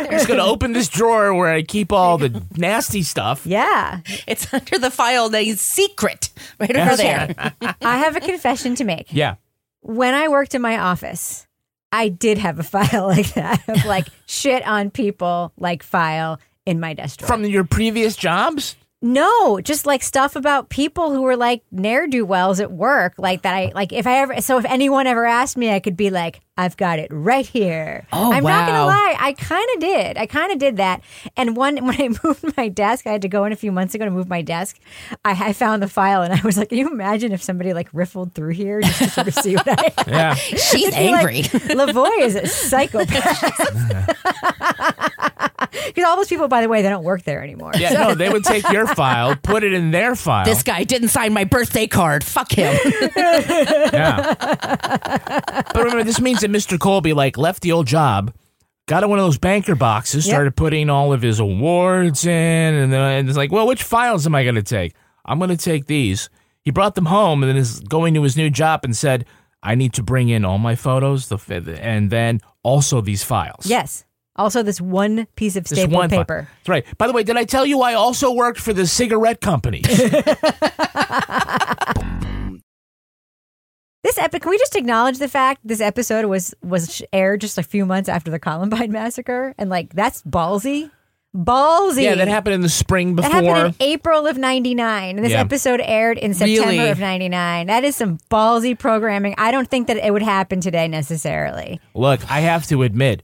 S9: <laughs>
S4: I'm just going to open this drawer where I keep all the nasty stuff.
S8: Yeah.
S9: It's under the file name secret right over there.
S8: I have a confession to make.
S4: Yeah.
S8: When I worked in my office, I did have a <laughs> file like that of like shit on people like file in my desk drawer.
S4: From your previous jobs?
S8: No, just like stuff about people who were like ne'er do wells at work, like that. I like if I ever so if anyone ever asked me, I could be like, I've got it right here.
S9: Oh,
S8: I'm not gonna
S9: wow.
S8: lie, I kind of did. I kind of did that. And one <laughs> when I moved my desk, I had to go in a few months ago to move my desk. I, I found the file and I was like, Can you imagine if somebody like riffled through here just to sort of see what I
S4: <laughs>
S8: had?
S4: Yeah.
S9: She's
S8: It'd be like,
S9: angry. <laughs>
S8: Lavoy is a psychopath. <laughs> Because all those people, by the way, they don't work there anymore.
S4: Yeah, no, they would take your file, put it in their file.
S9: this guy didn't sign my birthday card. Fuck
S8: <laughs>
S9: him.
S4: Yeah. but remember, this means that Mr. Colby like left the old job, got in one of those banker boxes,
S8: Yep.
S4: started putting all of his awards in, and then and it's like, well, which files am I going to take? I'm going to take these. He brought them home, and then is going to his new job and said, I need to bring in all my photos, the fi- and then also these files.
S8: Yes. Also, this one piece of
S4: This fi-
S8: stapled paper.
S4: That's right. By the way, did I tell you I also worked for the cigarette
S8: <laughs>
S4: company?
S8: This epic. Can we just acknowledge the fact this episode was was sh- aired just a few months after the Columbine <laughs> massacre, and like that's ballsy, ballsy.
S4: yeah, that happened in the spring
S8: That
S4: before.
S8: happened in April of '99, and this
S4: Yeah.
S8: episode aired in September
S9: Really?
S8: of '99. That is some ballsy programming. I don't think that it would happen today necessarily.
S4: Look, I have to admit,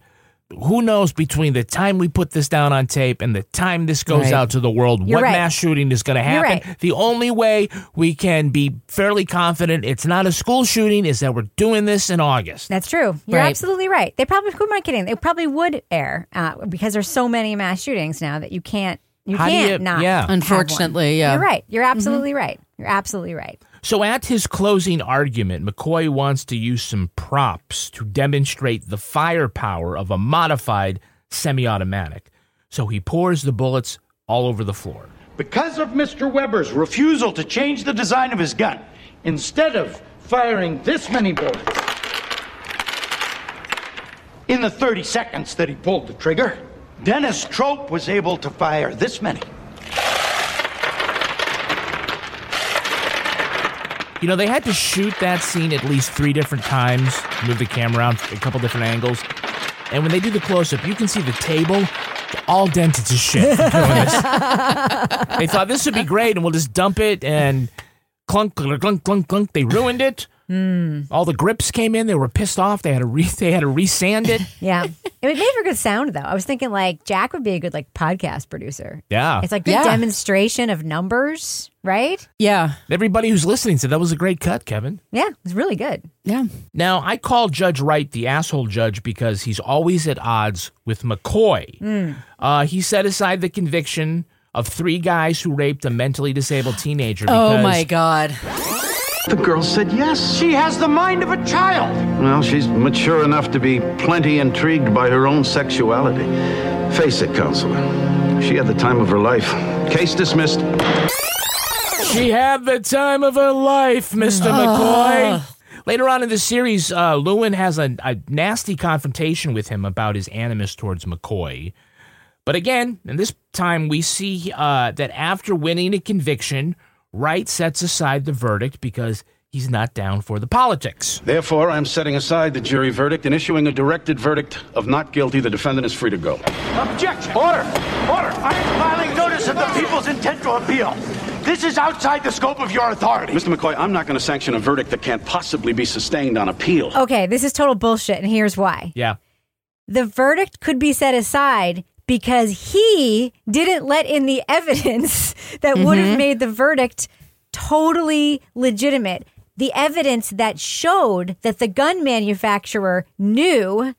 S4: who knows between the time we put this down on tape and the time this goes
S8: Right.
S4: out to the world,
S8: You're
S4: what
S8: right.
S4: mass shooting is going to
S8: You're
S4: happen? The only way we can be fairly confident it's not a school shooting is that we're doing this in August.
S8: That's true. You're
S4: Right.
S8: absolutely right. They probably who am I kidding? They probably would air uh, because there's so many mass shootings now that you can't you
S4: How do
S8: can't
S4: you-
S8: not.
S4: yeah.
S8: have one.
S4: Unfortunately, yeah. Mm-hmm.
S8: You're right. You're absolutely right. You're absolutely right.
S4: So, at his closing argument, McCoy wants to use some props to demonstrate the firepower of a modified semi automatic. So, he pours the bullets all over the floor.
S3: Because of Mr. Weber's refusal to change the design of his gun, instead of firing this many bullets in the 30 seconds that he pulled the trigger, Dennis Trope was able to fire this many.
S4: You know, they had to shoot that scene at least three different times, move the camera around a couple different angles. And when they do the close up, you can see the table all dented to shit. from doing this. they thought this would be great and we'll just dump it and clunk, clunk, clunk, clunk, clunk. They ruined it. All the grips came in. They were pissed off. They had to re- <laughs> they had to resand it.
S8: Yeah, it would make for good sound though. I was thinking like Jack would be a good like podcast producer.
S4: Yeah.
S8: It's like good
S4: Yeah.
S8: demonstration of numbers, right?
S4: Yeah. Everybody who's listening said that was a great cut, Kevin.
S8: Yeah, it's really good.
S9: Yeah.
S4: Now, I call Judge Wright the asshole judge because he's always at odds with McCoy.
S9: Hmm.
S4: Uh, he set aside the conviction of three guys who raped a mentally disabled teenager.
S9: Oh
S4: because-
S9: my God.
S3: The girl said yes. She has the mind of a child.
S23: Well, she's mature enough to be plenty intrigued by her own sexuality. Face it, counselor. She had the time of her life. Case dismissed.
S4: She had the time of her life, Mr.
S9: Ugh.
S4: McCoy. Mm. Later on in the series, uh, Lewin has a, a nasty confrontation with him about his animus towards McCoy. But again, and this time we see uh, that after winning a conviction, Wright sets aside the verdict because he's not down for the politics.
S24: Therefore, I'm setting aside the jury verdict and issuing a directed verdict of not guilty. The defendant is free to go.
S3: Objection! Order! Order! I am filing notice of the people's intent to appeal. This is outside the scope of your authority.
S24: Mr. McCoy, I'm not going to sanction a verdict that can't possibly be sustained on appeal.
S8: Okay, this is total bullshit, and here's why.
S4: Yeah.
S8: The verdict could be set aside because he didn't let in the <laughs> evidence that would have
S9: Mhm.
S8: made the verdict totally legitimate. The evidence that showed that the gun manufacturer knew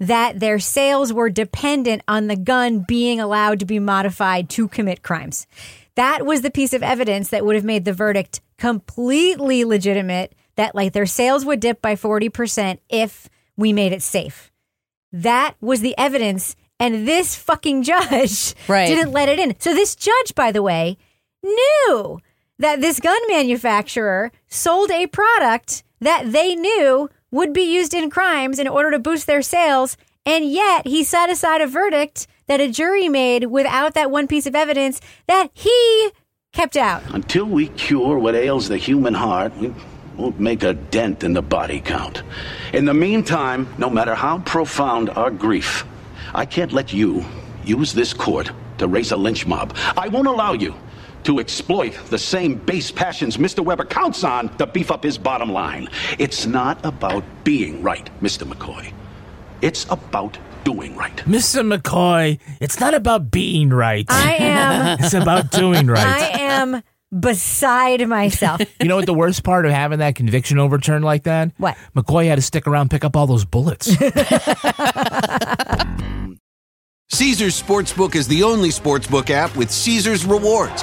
S8: that their sales were dependent on the gun being allowed to be modified to commit crimes. That was the piece of evidence that would have made the verdict completely legitimate that like their sales would dip by 40% if we made it safe. That was the evidence and this fucking judge
S9: Right.
S8: didn't let it in. So this judge by the way knew that this gun manufacturer sold a product that they knew would be used in crimes in order to boost their sales, and yet he set aside a verdict that a jury made without that one piece of evidence that he kept out.
S24: Until we cure what ails the human heart, we won't make a dent in the body count. In the meantime, no matter how profound our grief, I can't let you use this court to raise a lynch mob. I won't allow you to exploit the same base passions Mr. Weber counts on to beef up his bottom line. It's not about being right, Mr. McCoy. It's about doing right.
S4: Mr. McCoy, it's not about being right. <laughs>
S8: I am-
S4: it's about doing right.
S8: I am beside myself.
S4: you know what the worst part of having that conviction overturned like that?
S8: What?
S4: McCoy had to stick around and pick up all those <laughs> bullets.
S24: Caesar's Sportsbook is the only sportsbook app with Caesar's rewards.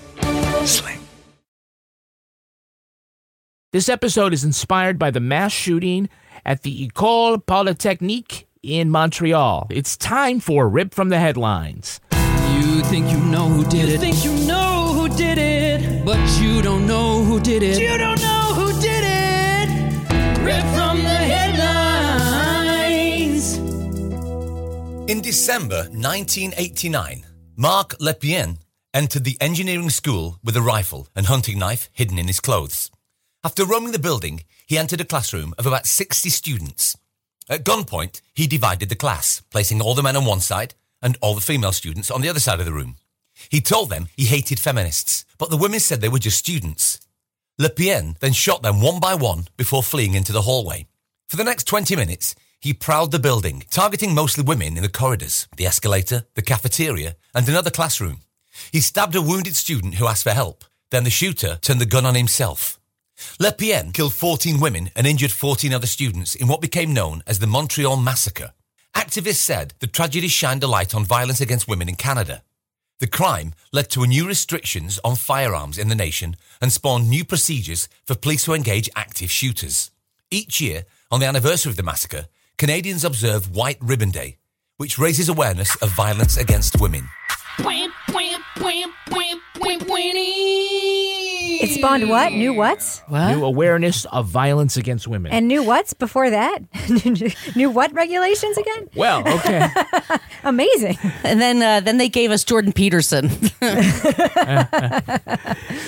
S4: This episode is inspired by the mass shooting at the Ecole Polytechnique in Montreal. It's time for a Rip from the Headlines.
S5: You think you know who did it. think you know who did it, but you don't know who did it. You don't know who did it. Rip from the headlines.
S6: In December 1989, Marc Lepien entered the engineering school with a rifle and hunting knife hidden in his clothes. After roaming the building, he entered a classroom of about 60 students. At gunpoint, he divided the class, placing all the men on one side and all the female students on the other side of the room. He told them he hated feminists, but the women said they were just students. Lepien then shot them one by one before fleeing into the hallway. For the next 20 minutes, he prowled the building, targeting mostly women in the corridors, the escalator, the cafeteria, and another classroom. He stabbed a wounded student who asked for help. Then the shooter turned the gun on himself. Lepien killed 14 women and injured 14 other students in what became known as the Montreal Massacre. Activists said the tragedy shined a light on violence against women in Canada. The crime led to new restrictions on firearms in the nation and spawned new procedures for police who engage active shooters. Each year, on the anniversary of the massacre, Canadians observe White Ribbon Day, which raises awareness of violence against women.
S5: Wham, wham, wham, wham, wham, Winnie.
S8: It spawned what? New what's?
S4: New awareness of violence against women.
S8: And new what's before that? <laughs> new what regulations again?
S4: well, okay.
S8: Amazing.
S9: And then uh, then they gave us Jordan Peterson. <laughs>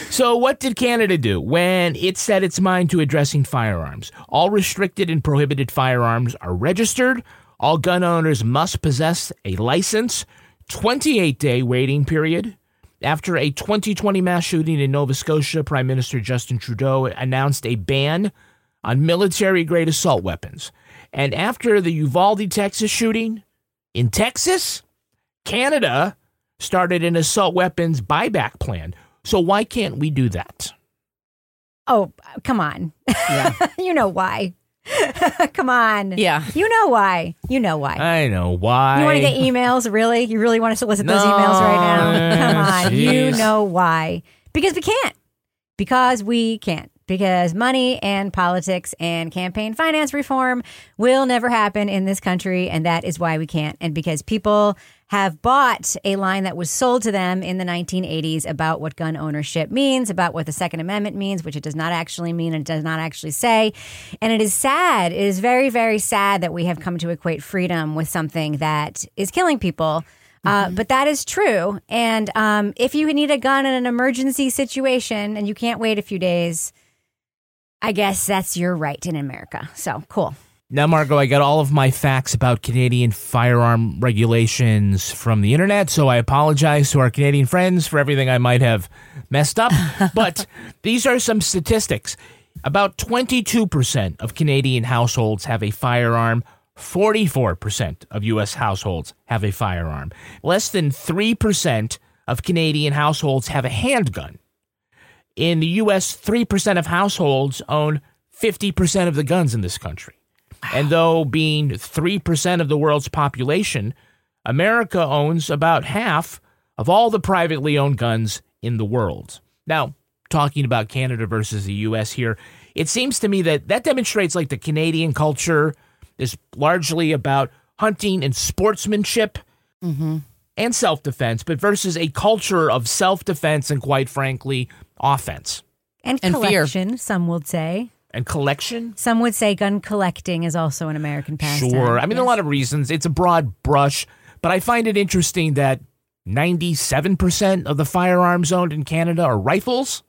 S4: So, what did Canada do when it set its mind to addressing firearms? All restricted and prohibited firearms are registered. All gun owners must possess a license. 28 day waiting period. After a 2020 mass shooting in Nova Scotia, Prime Minister Justin Trudeau announced a ban on military grade assault weapons. And after the Uvalde, Texas shooting in Texas, Canada started an assault weapons buyback plan. So why can't we do that?
S8: Oh, come on. <laughs> you know why. come on.
S9: Yeah.
S8: You know why. You know why.
S4: I know why.
S8: You want to get emails, really? You really want to solicit those
S4: No,
S8: emails right now? <laughs> Come on. You
S4: jeez.
S8: know why. Because we can't. Because we can't. Because money and politics and campaign finance reform will never happen in this country. And that is why we can't. And because people have bought a line that was sold to them in the 1980s about what gun ownership means, about what the Second Amendment means, which it does not actually mean and does not actually say. And it is sad. It is very, very sad that we have come to equate freedom with something that is killing people. Uh,
S4: Mm-hmm.
S8: but that is true. And um, if you need a gun in an emergency situation and you can't wait a few days, I guess that's your right in America. So cool.
S4: Now, Margo, I got all of my facts about Canadian firearm regulations from the internet, so I apologize to our Canadian friends for everything I might have messed up. but these are some statistics. About 22% of Canadian households have a firearm, 44% of U.S. households have a firearm. Less than 3% of Canadian households have a handgun. In the US, 3% of households own 50% of the guns in this country. And though being 3% of the world's population, America owns about half of all the privately owned guns in the world. Now, talking about Canada versus the US here, it seems to me that that demonstrates like the Canadian culture is largely about hunting and sportsmanship and self defense, but versus a culture of self defense and, quite frankly, offense
S8: And,
S4: And fear.
S8: collection, some would say.
S4: and collection.
S8: Some would say gun collecting is also an American pastime.
S4: Sure. I mean, there are a lot of reasons. It's a broad brush, but I find it interesting that 97% of the firearms owned in Canada are rifles.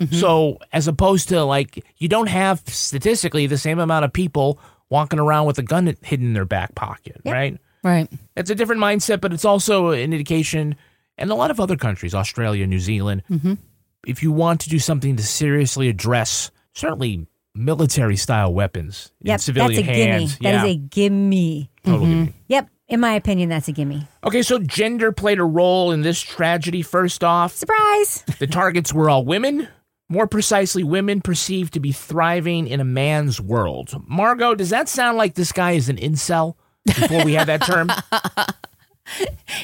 S8: Mm-hmm.
S4: So, as opposed to like, you don't have statistically the same amount of people walking around with a gun hidden in their back pocket, right?
S9: right.
S4: It's a different mindset, but it's also an indication, and a lot of other countries, Australia, New Zealand,
S9: Mm-hmm.
S4: if you want to do something to seriously address certainly military style weapons in
S8: Yep,
S4: civilian
S8: that's a
S4: hands.
S8: gimme. That is
S4: yeah.
S8: a gimme.
S4: Total
S9: Mm-hmm.
S4: gimme.
S8: Yep, in my opinion, that's a gimme.
S4: Okay, so gender played a role in this tragedy. First off,
S9: <laughs>
S8: surprise!
S4: The targets were all women. More precisely, women perceived to be thriving in a
S9: <laughs>
S4: man's world. Margot, does that sound like this guy is an incel? Before we had that term,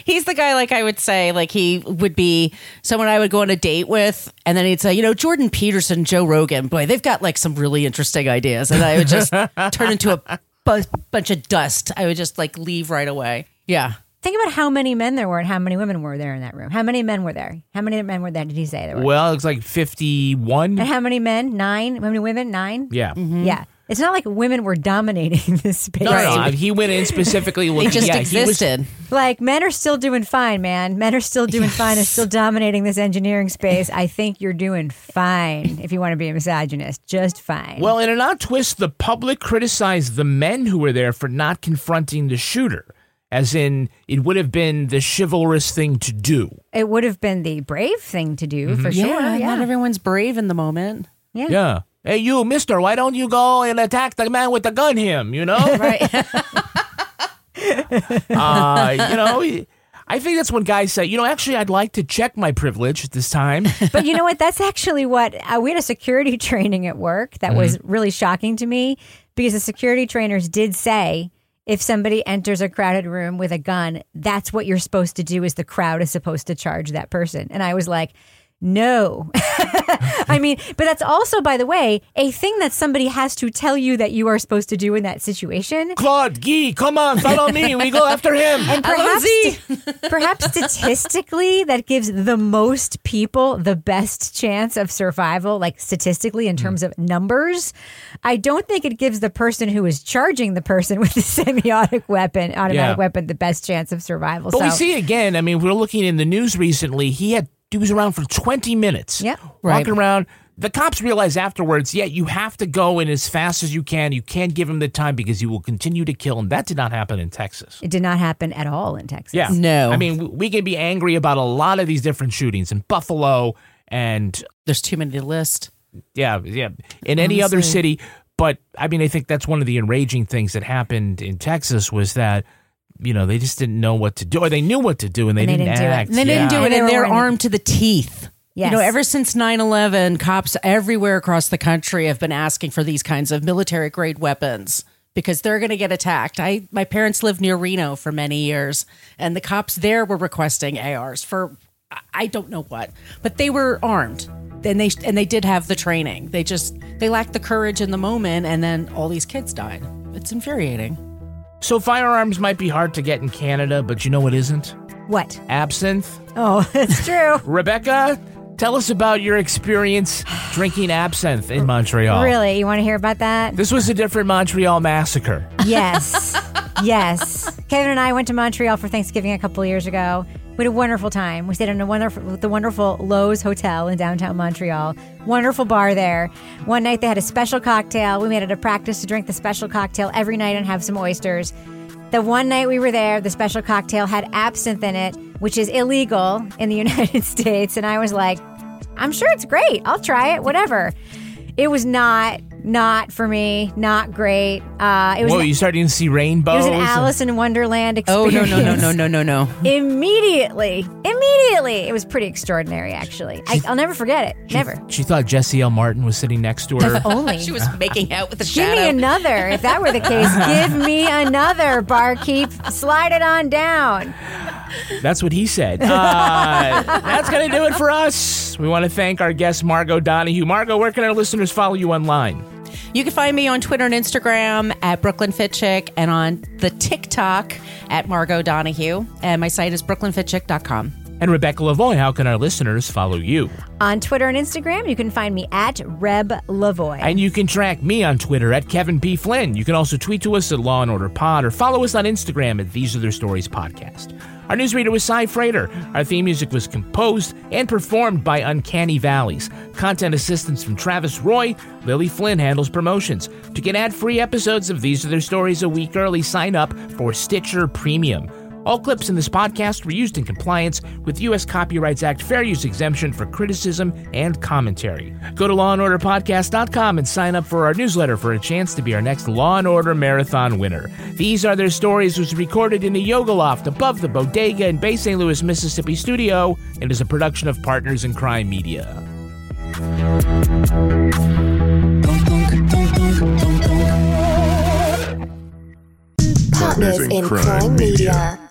S9: He's the guy, like I would say, like he would be someone I would go on a date with, and then he'd say, you know, Jordan Peterson, Joe Rogan, boy, they've got like some really interesting ideas, and I would <laughs> just turn into a bu- bunch of dust. I would just like leave right away. Yeah,
S8: Think about how many men there were and how many women were there in that room. How many men were there? How many men were there? Did he say there were?
S4: Well, it's like 51.
S8: And
S9: <laughs>
S8: how many men? Nine. How many women? Nine.
S4: Yeah.
S9: Mm-hmm.
S8: Yeah. It's not like women were dominating <laughs> this space.
S4: No, no, no. He went
S9: <laughs>
S4: in specifically. Looking,
S9: just
S4: yeah, he was-
S9: existed.
S8: Like men are still doing fine, man. Men are still doing fine. They're still dominating this engineering space. I think you're doing fine if you want to be a misogynist. Just fine.
S4: Well, in an odd twist, the public criticized the men who were there for not confronting the shooter, as in it would have been the chivalrous thing to do.
S8: It would have been the brave thing to do for
S9: Yeah,
S8: sure.
S9: not
S8: Yeah.
S9: everyone's brave in the moment.
S8: Yeah.
S4: Hey, you, mister, why don't you go and attack the man with the gun, him, you
S8: <laughs>
S4: know?
S9: Right.
S4: <laughs> uh, you know, I think that's when guys say, you know, actually, I'd like to check my privilege at this time.
S8: <laughs> but you know what? That's actually what uh, we had a security <laughs> training at work that was
S4: Mhm.
S8: really shocking to me because the security trainers did say if somebody enters a crowded room with a gun, that's what you're supposed to do is the crowd is supposed to charge that person. And I was like, no. <laughs> I mean, but that's also, by the way, a thing that somebody has to tell you that you are supposed to do in that situation.
S4: Claude, Guy, come on, follow me. We go after him.
S8: And perhaps, perhaps statistically, that gives the most people the best chance of survival, like statistically in terms of numbers. I don't think it gives the person who is charging the person with the <laughs> semiotic weapon, automatic
S4: Yeah.
S8: weapon, the best chance of survival.
S4: But we
S8: So-
S4: see again. I mean, we we're looking in the news recently. He had he was around for twenty minutes. Yeah,
S8: right.
S4: walking around. The cops realize afterwards. Yeah, you have to go in as fast as you can. You can't give him the time because he will continue to kill. And that did not happen in Texas.
S8: it did not happen at all in Texas.
S4: Yeah, I mean, w- we can be angry about a lot of these different shootings in Buffalo and
S9: there's too many to list.
S4: Yeah, yeah. In any other
S9: Honestly.
S4: city, but I mean, I think that's one of the enraging things that happened in Texas was that. You know, they just didn't know what to do, or they knew what to do and they, didn't, act.
S9: And they didn't
S4: Yeah.
S9: do it, and they're armed to the teeth.
S8: Yes.
S9: You know, ever since 9 11, cops everywhere across the country have been asking for these kinds of military grade weapons because they're going to get attacked. I My parents lived near Reno for many years, and the cops there were requesting ARs for I- I don't know what, but they were armed. And they and they did have the training. They just they lacked the courage in the moment, and then all these kids died. It's infuriating.
S4: So firearms might be hard to get in Canada, but you know what isn't?
S8: What?
S4: Absinthe.
S8: <laughs> Oh, it's true.
S4: Rebecca, tell us about your experience drinking absinthe in Montreal.
S8: Really? You want to hear about that?
S4: This was a different Montreal massacre.
S8: Yes. yes. Kevin and I went to Montreal for Thanksgiving a couple of years ago. We had a wonderful time. We stayed in a wonderful, the wonderful Lowe's Hotel in downtown Montreal. Wonderful bar there. One night they had a special cocktail. We made it a practice to drink the special cocktail every night and have some oysters. The one night we were there, the special cocktail had absinthe in it, which is illegal in the United States. And I was like, I'm sure it's great. I'll try it, whatever. It was not, not for me, not great. Uh, it was
S4: Whoa, you starting to see rainbows?
S8: it was an Alice in Wonderland
S9: Oh
S8: experience.
S9: no no no no no no no!
S8: Immediately, immediately, it was pretty extraordinary. Actually, I, I'll never forget it. Never.
S4: She thought Jesse L. Martin was sitting next to her.
S8: If only
S9: she was making out with a
S8: Give me
S9: shadow.
S8: another. If that were
S9: <laughs>
S8: the case, give me another barkeep. Slide it on down.
S4: That's what he said. Uh, that's going to do it for us. We want to thank our guest, Margot Donahue. Margot, where can our listeners follow you online?
S9: You can find me on Twitter and Instagram at Brooklyn Fit Chick and on the TikTok at Margot Donahue. And my site is brooklynfitchick.com.
S4: And Rebecca Lavoy, how can our listeners follow you?
S8: On Twitter and Instagram, you can find me at Reb Lavoy.
S4: And you can track me on Twitter at Kevin P. Flynn. You can also tweet to us at Law and Order Pod or follow us on Instagram at These Are Their Stories Podcast. Our newsreader was Cy Frater. Our theme music was composed and performed by Uncanny Valleys. Content assistance from Travis Roy. Lily Flynn handles promotions. To get ad free episodes of These Are Their Stories a week early, sign up for Stitcher Premium. All clips in this podcast were used in compliance with U.S. Copyrights Act fair use exemption for criticism and commentary. Go to lawandorderpodcast.com and sign up for our newsletter for a chance to be our next Law and Order Marathon winner. These Are Their Stories was recorded in the Yoga Loft above the Bodega in Bay St. Louis, Mississippi studio and is a production of Partners in Crime Media.
S7: Partners in Crime Media.